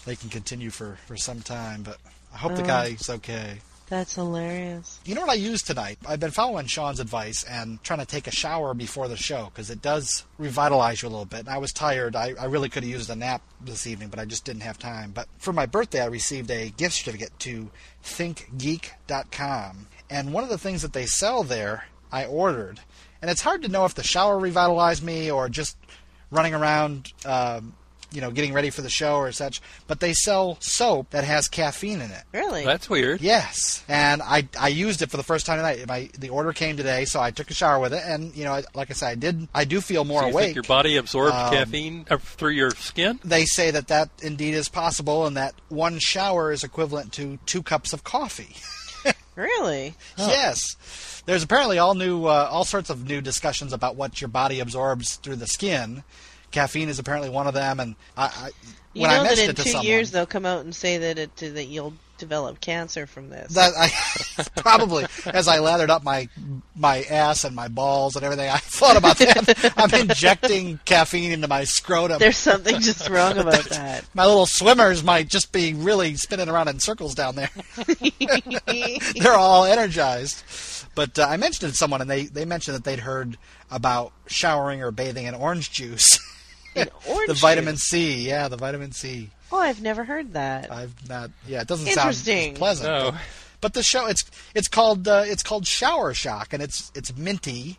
Speaker 1: they can continue for for some time. But I hope the guy's okay.
Speaker 3: That's hilarious.
Speaker 1: You know what I used tonight? I've been following Sean's advice and trying to take a shower before the show because it does revitalize you a little bit. And I was tired. I, I really could have used a nap this evening, but I just didn't have time. But for my birthday, I received a gift certificate to thinkgeek.com. And one of the things that they sell there, I ordered. And it's hard to know if the shower revitalized me or just running around, um, you know, getting ready for the show or such. But they sell soap that has caffeine in it.
Speaker 3: Really?
Speaker 2: That's weird.
Speaker 1: Yes, and I I used it for the first time tonight. My the order came today, so I took a shower with it, and you know, I, like I said, I did. I do feel more
Speaker 2: So you think
Speaker 1: awake.
Speaker 2: your body absorbed caffeine uh, through your skin?
Speaker 1: they say that that indeed is possible, and that one shower is equivalent to two cups of coffee.
Speaker 3: really?
Speaker 1: (laughs) Yes, there's apparently all new, uh, all sorts of new discussions about what your body absorbs through the skin. Caffeine is apparently one of them, and I, I
Speaker 3: You
Speaker 1: when I
Speaker 3: know that
Speaker 1: mentioned
Speaker 3: in
Speaker 1: it to
Speaker 3: two
Speaker 1: someone,
Speaker 3: years they'll come out and say that it that you'll develop cancer from this.
Speaker 1: That I (laughs) probably as I lathered up my my ass and my balls and everything, I thought about
Speaker 3: (laughs)
Speaker 1: that. I'm injecting caffeine into my scrotum.
Speaker 3: (laughs) There's something just
Speaker 1: (laughs)
Speaker 3: wrong about that.
Speaker 1: my little swimmers might just be really spinning around in circles down there. (laughs) They're all energized. But uh, I mentioned it to someone, and they, they mentioned that they'd heard about showering or bathing in orange juice. (laughs)
Speaker 3: An orange
Speaker 1: the vitamin
Speaker 3: juice.
Speaker 1: C, yeah, the vitamin C.
Speaker 3: Oh, I've never heard that.
Speaker 1: I've not. Yeah, it doesn't sound as
Speaker 3: Interesting.
Speaker 1: pleasant.
Speaker 2: No.
Speaker 1: But, but the show it's it's called uh, it's called Shower Shock, and it's it's minty.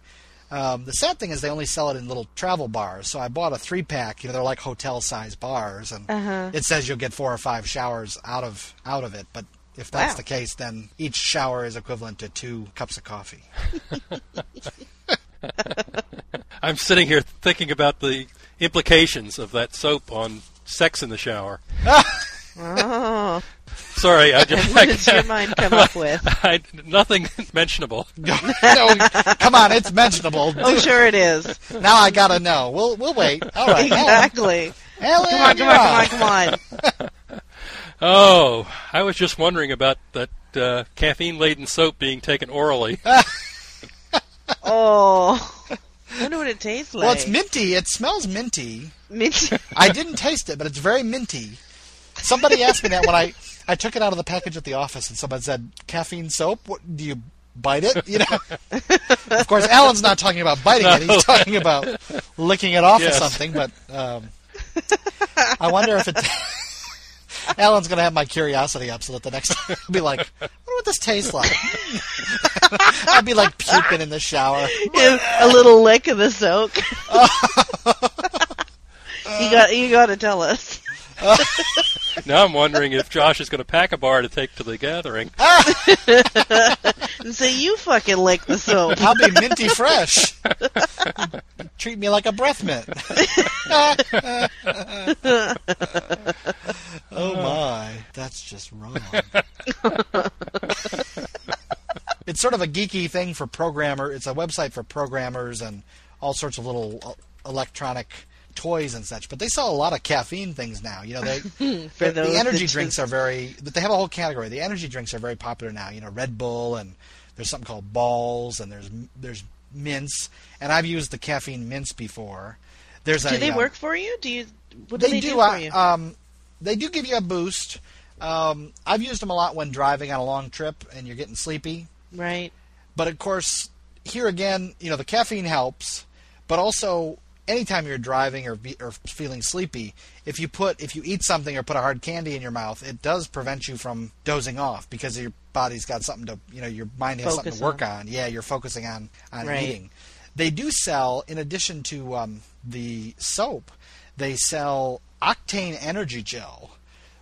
Speaker 1: Um, the sad thing is they only sell it in little travel bars. So I bought a three pack. You know, they're like hotel size bars, and
Speaker 3: Uh-huh.
Speaker 1: it says you'll get four or five showers out of out of it. But if that's
Speaker 3: Wow.
Speaker 1: the case, then each shower is equivalent to two cups of
Speaker 3: (laughs)
Speaker 1: coffee. (laughs)
Speaker 2: I'm sitting here thinking about the implications of that soap on sex in the shower.
Speaker 1: (laughs)
Speaker 3: Oh,
Speaker 2: Sorry, I
Speaker 3: and (laughs)
Speaker 2: just
Speaker 3: what does your mind come up with?
Speaker 2: I, nothing (laughs) mentionable.
Speaker 1: no, come on, it's mentionable.
Speaker 3: (laughs) Oh, sure it is.
Speaker 1: Now I gotta know. We'll we'll wait. All right, Ellen,
Speaker 3: (laughs) Exactly.
Speaker 1: Ellen,
Speaker 3: Come on, come on,
Speaker 1: you're
Speaker 3: come on,
Speaker 1: up.
Speaker 3: come on.
Speaker 2: Oh, I was just wondering about that uh, caffeine-laden soap being taken orally.
Speaker 3: Oh,
Speaker 1: (laughs)
Speaker 3: I wonder what it tastes like.
Speaker 1: Well, it's minty. It smells minty.
Speaker 3: Mint-
Speaker 1: I didn't taste it, but it's very minty. Somebody asked me that when I, I took it out of the package at the office, and someone said, "Caffeine soap? What, do you bite it?" You know. of course, Alan's not talking about biting it;
Speaker 2: No.
Speaker 1: he's talking about licking it off
Speaker 2: Yes.
Speaker 1: or something. But um, I wonder if it. Alan's going to have my curiosity up, so that the next time I'll be like, "I wonder what this tastes like." (laughs) I'll be like puking in the shower.
Speaker 3: a little lick of the
Speaker 1: (laughs)
Speaker 3: soak. (laughs) you got you got to tell us.
Speaker 2: now I'm wondering if Josh is going to pack a bar to take to the gathering.
Speaker 3: And say you fucking lick the
Speaker 1: (laughs)
Speaker 3: soap.
Speaker 1: I'll be minty fresh. Treat me like a breath mint. oh my, that's just wrong. it's sort of a geeky thing for programmer. It's a website for programmers and all sorts of little uh, electronic toys and such. But they sell a lot of caffeine things now. You know, they
Speaker 3: (laughs) For
Speaker 1: the, the
Speaker 3: those
Speaker 1: energy
Speaker 3: that
Speaker 1: drinks
Speaker 3: just-
Speaker 1: are very. But they have a whole category. The energy drinks are very popular now. You know, Red Bull and there's something called Balls and there's there's mints. And I've used the caffeine mints before. There's a,
Speaker 3: Do they
Speaker 1: um,
Speaker 3: work for you? Do you? What do they, do,
Speaker 1: uh,
Speaker 3: for you?
Speaker 1: Um, they do give you a boost. Um, I've used them a lot when driving on a long trip and you're getting sleepy.
Speaker 3: right.
Speaker 1: But of course, here again, you know, the caffeine helps, but also anytime you're driving or be, or feeling sleepy, if you put if you eat something or put a hard candy in your mouth, it does prevent you from dozing off because your body's got something to, you know, your mind has something
Speaker 3: Focus
Speaker 1: to work
Speaker 3: on.
Speaker 1: on. Yeah, you're focusing on on
Speaker 3: Right.
Speaker 1: eating. They do sell in addition to um, the soap, they sell Octane Energy Gel,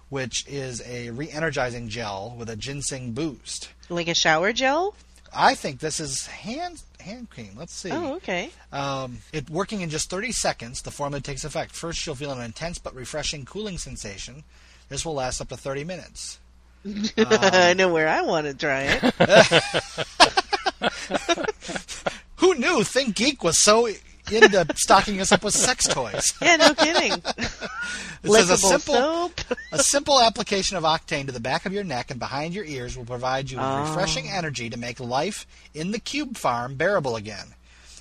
Speaker 1: which is a re-energizing gel with a ginseng boost.
Speaker 3: Like a shower gel?
Speaker 1: I think this is hand hand cream. Let's see.
Speaker 3: Oh, okay. (laughs)
Speaker 1: Um, it working in just 30 seconds. The formula takes effect. First, you'll feel an intense but refreshing cooling sensation. This will last up to 30 minutes. Um,
Speaker 3: I know where I want to try it.
Speaker 1: Who knew Think Geek was so
Speaker 3: (laughs)
Speaker 1: into stocking us up with sex toys?
Speaker 3: Yeah,
Speaker 1: (laughs)
Speaker 3: no kidding.
Speaker 1: This is a
Speaker 3: Lickable
Speaker 1: simple (laughs)
Speaker 3: soap.
Speaker 1: a simple application of octane to the back of your neck and behind your ears will provide you with
Speaker 3: Ah.
Speaker 1: refreshing energy to make life in the cube farm bearable again.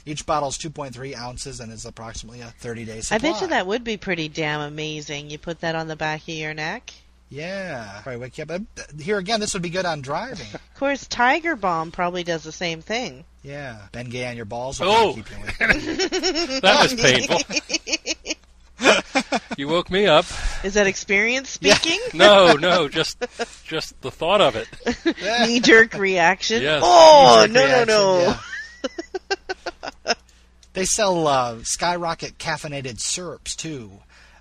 Speaker 1: Each bottle is 2.3 ounces and is approximately a 30-day
Speaker 3: I
Speaker 1: supply.
Speaker 3: bet you that would be pretty damn amazing. You put that on the back of your neck.
Speaker 1: Yeah. Probably wake you up. Uh, Here again, this would be good on driving.
Speaker 3: Of course, Tiger Bomb probably does the same thing.
Speaker 1: Yeah. Bengay on your balls will
Speaker 2: Oh.
Speaker 1: probably keep you awake.
Speaker 2: That was painful. (laughs) you woke me up.
Speaker 3: Is that experience speaking?
Speaker 1: (laughs)
Speaker 2: No, no, just just the thought of it.
Speaker 3: Knee jerk reaction.
Speaker 2: Yes.
Speaker 3: Oh
Speaker 1: Knee-jerk
Speaker 3: (laughs) no
Speaker 1: reaction,
Speaker 3: no no! (laughs)
Speaker 1: yeah. they sell uh, skyrocket caffeinated syrups, too.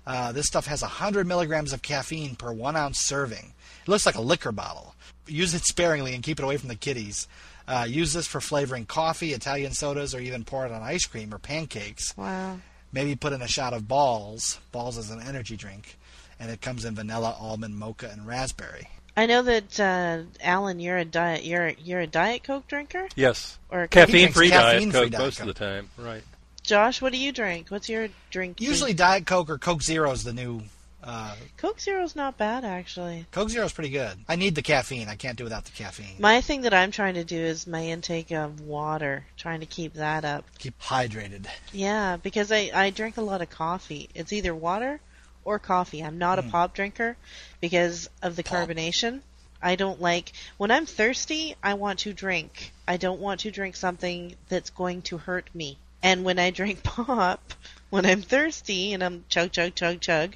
Speaker 1: Uh, this stuff has 100 milligrams of caffeine per one ounce serving. It looks like a liquor bottle. Use it sparingly and keep it away from the kiddies. Uh, use this for flavoring coffee, Italian sodas, or even pour it on ice cream or pancakes.
Speaker 3: Wow.
Speaker 1: maybe put in a shot of balls. Balls is an energy drink, and it comes in vanilla, almond, mocha, and raspberry.
Speaker 3: I know that uh, Alan, you're a diet you're you're a diet Coke drinker.
Speaker 2: Yes.
Speaker 3: Or
Speaker 2: Caffeine free diet
Speaker 1: caffeine-free
Speaker 2: Coke
Speaker 1: Diet
Speaker 2: most of
Speaker 1: Coke.
Speaker 2: the time. Right.
Speaker 3: Josh, what do you drink? What's your drink?
Speaker 1: Usually, Diet Coke or Coke Zero is the new Uh,
Speaker 3: Coke Zero's not bad actually.
Speaker 1: Coke Zero's pretty good. I need the caffeine. I can't do without the caffeine.
Speaker 3: My thing that I'm trying to do is my intake of water, trying to keep that up.
Speaker 1: Keep hydrated.
Speaker 3: Yeah, because I I drink a lot of coffee. It's either water or coffee. I'm not a pop drinker because of the carbonation. I don't like when I'm thirsty, I want to drink. I don't want to drink something that's going to hurt me. And when I drink (laughs) pop, when I'm thirsty and I'm chug chug chug chug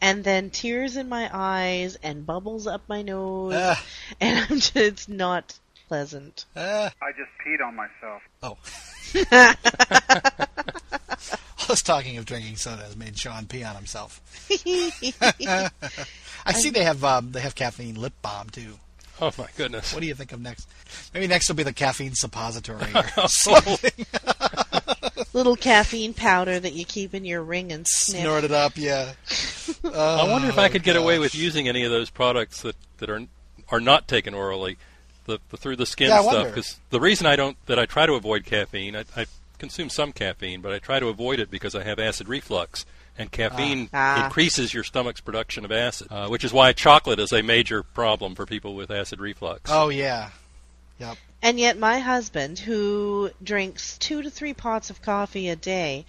Speaker 3: and then tears in my eyes and bubbles up my nose
Speaker 1: Ugh.
Speaker 3: and I'm (laughs) just, it's not pleasant.
Speaker 1: Uh,
Speaker 10: I just peed on myself.
Speaker 1: oh. Us talking of drinking soda has made Sean pee on himself. I see they have um, they have caffeine lip balm too.
Speaker 2: Oh my goodness.
Speaker 1: What do you think of next? Maybe next will be the caffeine suppository. Or something.
Speaker 3: Little caffeine powder that you keep in your ring and sniff.
Speaker 1: Snort it up, yeah.
Speaker 2: I wonder
Speaker 1: Uh,
Speaker 2: if I could get away with using any of those products that, that are are not taken orally, the, the through the skin
Speaker 1: Yeah, I
Speaker 2: stuff.
Speaker 1: wonder.
Speaker 2: Because the reason I don't that I try to avoid caffeine, I, I consume some caffeine, but I try to avoid it because I have acid reflux, and caffeine
Speaker 3: Ah.
Speaker 2: increases your stomach's production of acid, uh, which is why chocolate is a major problem for people with acid reflux.
Speaker 1: Oh yeah, yep.
Speaker 3: And yet, my husband, who drinks two to three pots of coffee a day,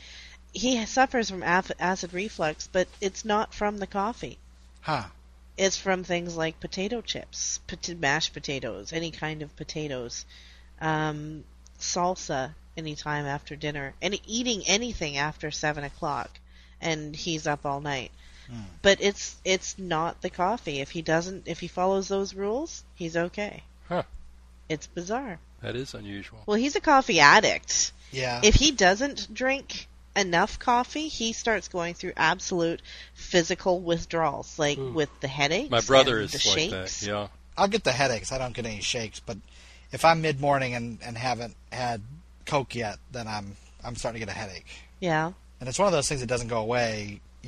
Speaker 3: he suffers from af- acid reflux, but it's not from the coffee.
Speaker 1: Huh.
Speaker 3: It's from things like potato chips, pot- mashed potatoes, any kind of potatoes, um, salsa anytime after dinner, and eating anything after seven o'clock, and he's up all night. But it's it's not the coffee. If he doesn't, if he follows those rules, he's okay.
Speaker 2: Huh.
Speaker 3: It's bizarre.
Speaker 2: That is unusual.
Speaker 3: Well, he's a coffee addict.
Speaker 1: Yeah.
Speaker 3: If he doesn't drink enough coffee, he starts going through absolute physical withdrawals, like with the headaches.
Speaker 2: Hmm. My brother
Speaker 3: and
Speaker 2: is
Speaker 3: the
Speaker 2: like
Speaker 3: shakes.
Speaker 2: that. Yeah.
Speaker 1: I'll get the headaches. I don't get any shakes, but if I'm mid morning and, and haven't had Coke yet, then I'm I'm starting to get a headache.
Speaker 3: Yeah.
Speaker 1: And it's one of those things that doesn't go away. (laughs)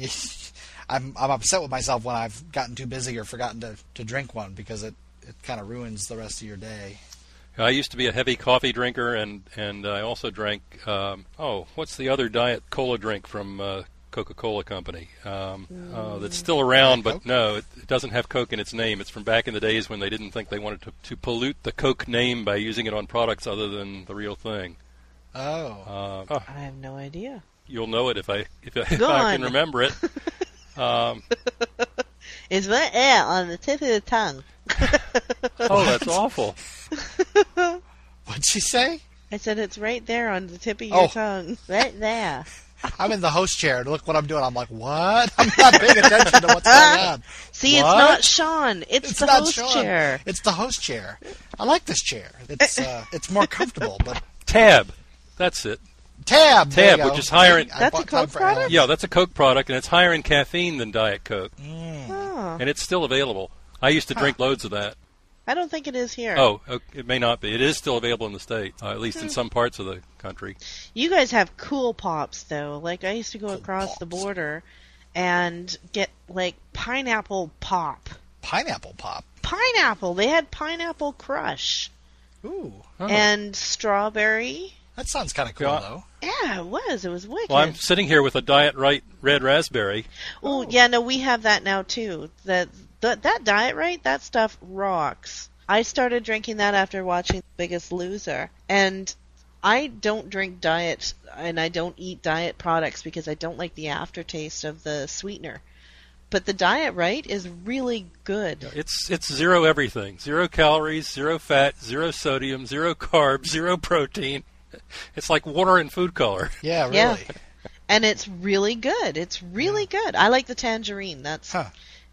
Speaker 1: I'm I'm upset with myself when I've gotten too busy or forgotten to, to drink one because it, it kind of ruins the rest of your day.
Speaker 2: I used to be a heavy coffee drinker, and and I also drank. Um, oh, what's the other diet cola drink from uh, Coca-Cola Company um, uh, that's still around? But
Speaker 1: Coke?
Speaker 2: no, it, it doesn't have Coke in its name. It's from back in the days when they didn't think they wanted to, to pollute the Coke name by using it on products other than the real thing.
Speaker 1: Oh,
Speaker 2: Uh, oh,
Speaker 3: I have no idea.
Speaker 2: you'll know it if I if, I- (laughs) if I
Speaker 3: Gone.
Speaker 2: can remember it. Um,
Speaker 3: It's right there on the tip of the tongue.
Speaker 2: oh, that's awful.
Speaker 1: what'd she say?
Speaker 3: I said it's right there on the tip of your
Speaker 1: Oh.
Speaker 3: tongue. Right there.
Speaker 1: I'm in the host chair. and Look what I'm doing. I'm like, what? (laughs) I'm not paying attention to what's going on.
Speaker 3: See,
Speaker 1: What?
Speaker 3: it's not Sean. (laughs) It's,
Speaker 1: It's
Speaker 3: the
Speaker 1: not
Speaker 3: host
Speaker 1: Sean.
Speaker 3: chair.
Speaker 1: It's the host chair. I like this chair.
Speaker 3: (laughs)
Speaker 1: It's uh, it's more comfortable, but
Speaker 2: Tab. That's it.
Speaker 1: Tab. there
Speaker 2: Tab,
Speaker 1: you go.
Speaker 2: which is higher in-
Speaker 1: I
Speaker 3: That's
Speaker 1: bought
Speaker 3: a Coke
Speaker 1: some for
Speaker 3: product?
Speaker 1: Alan.
Speaker 2: Yeah, that's a Coke product, and it's higher in caffeine than Diet Coke.
Speaker 3: Oh,
Speaker 2: and it's still available. I used to drink loads of that.
Speaker 3: I don't think it is here.
Speaker 2: Oh, o- it may not be. It is still available in the state, uh, at least
Speaker 3: Hmm.
Speaker 2: in some parts of the country.
Speaker 3: You guys have cool pops though. Like I used to go across the
Speaker 1: Pops.
Speaker 3: border and get like pineapple pop.
Speaker 1: Pineapple pop.
Speaker 3: Pineapple. They had pineapple crush
Speaker 1: Ooh,
Speaker 3: and strawberry.
Speaker 1: that sounds kind of cool
Speaker 2: Yeah.
Speaker 1: though.
Speaker 3: Yeah, it was. It was wicked.
Speaker 2: Well, I'm sitting here with a Diet Right red raspberry.
Speaker 3: oh, yeah, no, we have that now too. That that that diet right, that stuff rocks. I started drinking that after watching Biggest Loser, and I don't drink diet and I don't eat diet products because I don't like the aftertaste of the sweetener. But the diet right is really good.
Speaker 2: It's it's zero everything, zero calories, zero fat, zero sodium, zero carbs, (laughs) zero protein. It's like water and food color.
Speaker 1: Yeah, really.
Speaker 3: Yeah. and it's really good. It's really good. I like the tangerine. That's
Speaker 1: Huh.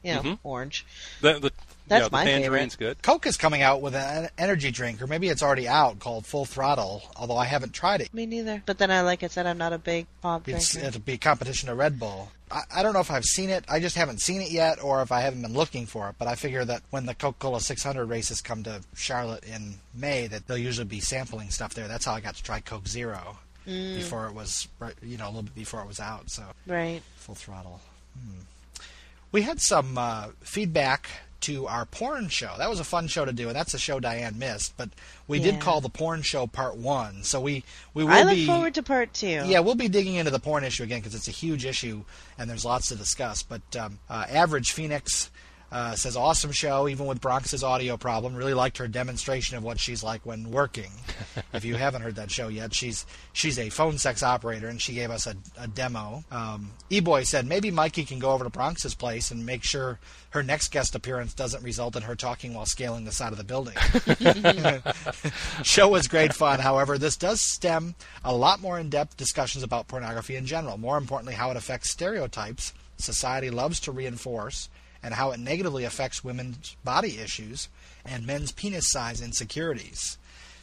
Speaker 3: you know orange.
Speaker 2: The, the,
Speaker 3: That's
Speaker 2: yeah,
Speaker 3: my
Speaker 2: the
Speaker 3: favorite.
Speaker 2: tangerine's good.
Speaker 1: Coke is coming out with an energy drink, or maybe it's already out, called Full Throttle. Although I haven't tried it.
Speaker 3: Me neither. But then I like I said I'm not a big pop
Speaker 1: It's, uh,
Speaker 3: drinker.
Speaker 1: it'll be competition to Red Bull. I, I don't know if I've seen it. I just haven't seen it yet, or if I haven't been looking for it. But I figure that when the Coca-Cola 600 races come to Charlotte in May, that they'll usually be sampling stuff there. That's how I got to try Coke Zero
Speaker 3: Mm.
Speaker 1: before it was, right- you know, a little bit before it was out. So
Speaker 3: Right.
Speaker 1: full throttle. Hmm. We had some uh, feedback to our porn show. That was a fun show to do, and that's a show Diane missed. But we
Speaker 3: Yeah.
Speaker 1: did call the porn show part one, so we we will
Speaker 3: I look
Speaker 1: be
Speaker 3: forward to part two.
Speaker 1: yeah, we'll be digging into the porn issue again because it's a huge issue and there's lots to discuss. But um, uh, Average Phoenix uh, says awesome show, even with Bronx's audio problem. Really liked her demonstration of what she's like when working. if you haven't heard that show yet, she's she's a phone sex operator and she gave us a, a demo. Um, E-boy said maybe Mikey can go over to Bronx's place and make sure her next guest appearance doesn't result in her talking while scaling the side of the building. (laughs) show was great fun. However, this does stem a lot more in depth discussions about pornography in general. More importantly, how it affects stereotypes society loves to reinforce and how it negatively affects women's body issues and men's penis size insecurities.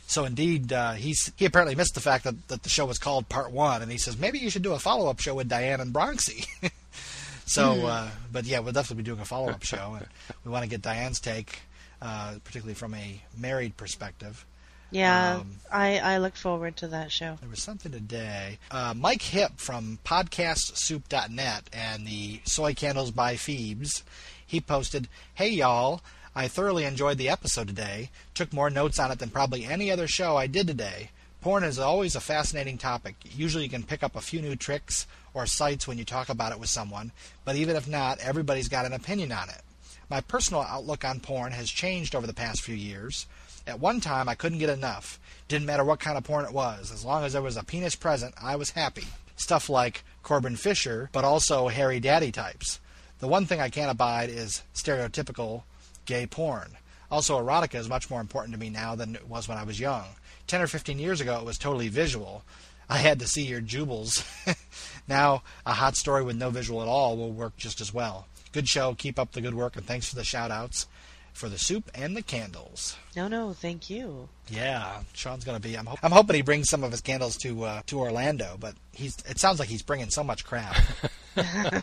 Speaker 1: So indeed, uh, he's, he apparently missed the fact that, that the show was called Part One, and he says maybe you should do a follow up show with Diane and Bronxy. (laughs) so, uh, but yeah, we'll definitely be doing a follow up show, and we want to get Diane's take, uh, particularly from a married perspective.
Speaker 3: Yeah,
Speaker 1: Um,
Speaker 3: I, I look forward to that show.
Speaker 1: There was something today. Uh, Mike Hip from PodcastSoup.net and the Soy Candles by Phoebes, he posted, "Hey y'all, I thoroughly enjoyed the episode today. Took more notes on it than probably any other show I did today. Porn is always a fascinating topic. Usually you can pick up a few new tricks or sites when you talk about it with someone, but even if not, everybody's got an opinion on it." My personal outlook on porn has changed over the past few years. At one time, I couldn't get enough. Didn't matter what kind of porn it was. As long as there was a penis present, I was happy. Stuff like Corbin Fisher, but also hairy daddy types. The one thing I can't abide is stereotypical gay porn. Also, erotica is much more important to me now than it was when I was young. 10 or 15 years ago, it was totally visual. I had to see your jubals. (laughs) now, a hot story with no visual at all will work just as well. Good show. Keep up the good work, and thanks for the shout outs for the soup and the candles.
Speaker 3: No, no, thank you.
Speaker 1: Yeah, Sean's gonna be. I'm, hop- I'm hoping he brings some of his candles to uh, to Orlando, but he's. It sounds like he's bringing so much crap. (laughs)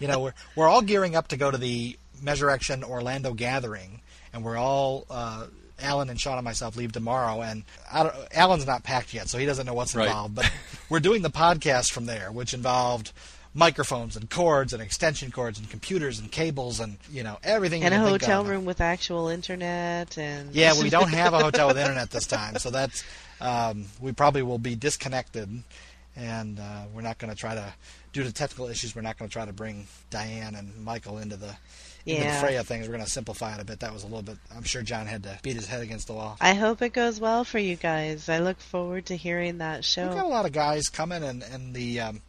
Speaker 1: you know, we're we're all gearing up to go to the Measurection Orlando gathering, and we're all. Uh, Alan and Sean and myself leave tomorrow, and I don't, Alan's not packed yet, so he doesn't know what's
Speaker 2: Right.
Speaker 1: involved. But we're doing the podcast from there, which involved microphones and cords and extension cords and computers and cables and you know everything. you
Speaker 3: And a
Speaker 1: can think
Speaker 3: hotel
Speaker 1: of.
Speaker 3: room with actual internet and
Speaker 1: Yeah, we don't have a hotel with internet this time, so that's um, we probably will be disconnected, and uh, we're not going to try to due to technical issues. We're not going to try to bring Diane and Michael into the into the
Speaker 3: Yeah.
Speaker 1: fray of things. We're going to simplify it a bit. That was a little bit. I'm sure John had to beat his head against the wall.
Speaker 3: (laughs) I hope it goes well for you guys. I look forward to hearing that
Speaker 1: We've got a
Speaker 3: show.
Speaker 1: lot of guys coming, and and the um,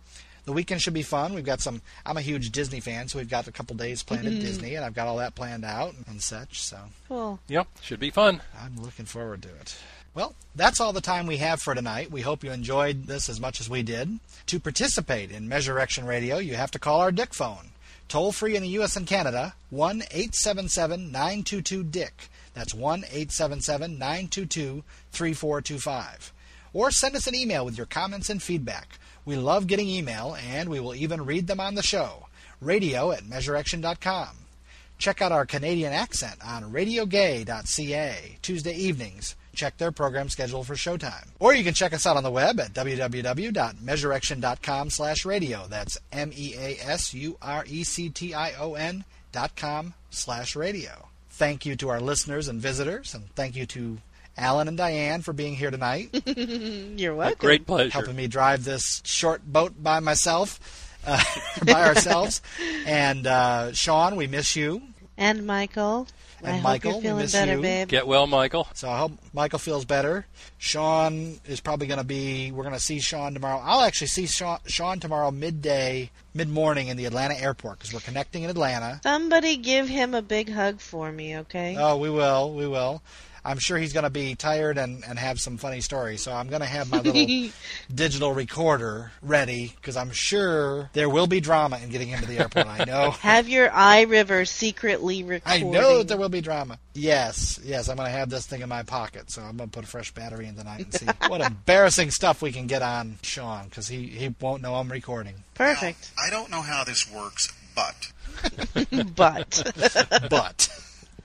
Speaker 1: the weekend should be fun. We've got some. I'm a huge Disney fan, so we've got a couple days planned at Disney, and I've got all that planned out and such. So.
Speaker 3: Cool.
Speaker 2: Yep, should be fun.
Speaker 1: I'm looking forward to it. Well, that's all the time we have for tonight. We hope you enjoyed this as much as we did. To participate in Measurection Radio, you have to call our Dick phone. Toll free in the U.S. and Canada, 1 877 922 Dick. That's 1 877 922 3425. Or send us an email with your comments and feedback. We love getting email, and we will even read them on the show. Radio at MeasureAction.com. Check out our Canadian accent on radiogay.ca Tuesday evenings. Check their program schedule for showtime. Or you can check us out on the web at www.measurection.com slash radio. That's E M-E-A-S-U-R-E-C-T-I-O-N dot com slash radio. Thank you to our listeners and visitors, and thank you to Alan and Diane for being here tonight
Speaker 3: You're welcome.
Speaker 2: Great pleasure.
Speaker 1: helping me drive this short boat by myself, uh, (laughs) by ourselves. And uh, Sean, we miss you.
Speaker 3: And Michael.
Speaker 1: And
Speaker 3: I
Speaker 1: Michael, we
Speaker 3: hope you're feeling
Speaker 1: miss
Speaker 3: better,
Speaker 1: you.
Speaker 3: babe.
Speaker 2: Get well, Michael.
Speaker 1: So I hope Michael feels better. Sean is probably going to be. We're going to see Sean tomorrow. I'll actually see Sean, Sean tomorrow midday, mid morning in the Atlanta airport because we're connecting in Atlanta.
Speaker 3: Somebody give him a big hug for me, okay?
Speaker 1: Oh, we will, we will. I'm sure he's going to be tired and, and have some funny stories. So I'm going to have my (laughs)
Speaker 3: (laughs)
Speaker 1: little digital recorder ready because I'm sure there will be drama in getting into the airport. I know.
Speaker 3: Have your eye river secretly
Speaker 1: I
Speaker 3: recording.
Speaker 1: know that there will be drama. Yes, yes, I'm going to have this thing in my pocket, so I'm going to put a fresh battery in tonight and see what embarrassing stuff we can get on Sean because he, he won't know I'm recording.
Speaker 3: Perfect.
Speaker 7: I don't know how this works, but
Speaker 3: But
Speaker 1: But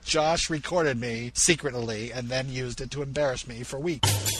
Speaker 1: Josh recorded me secretly and then used it to embarrass me for weeks.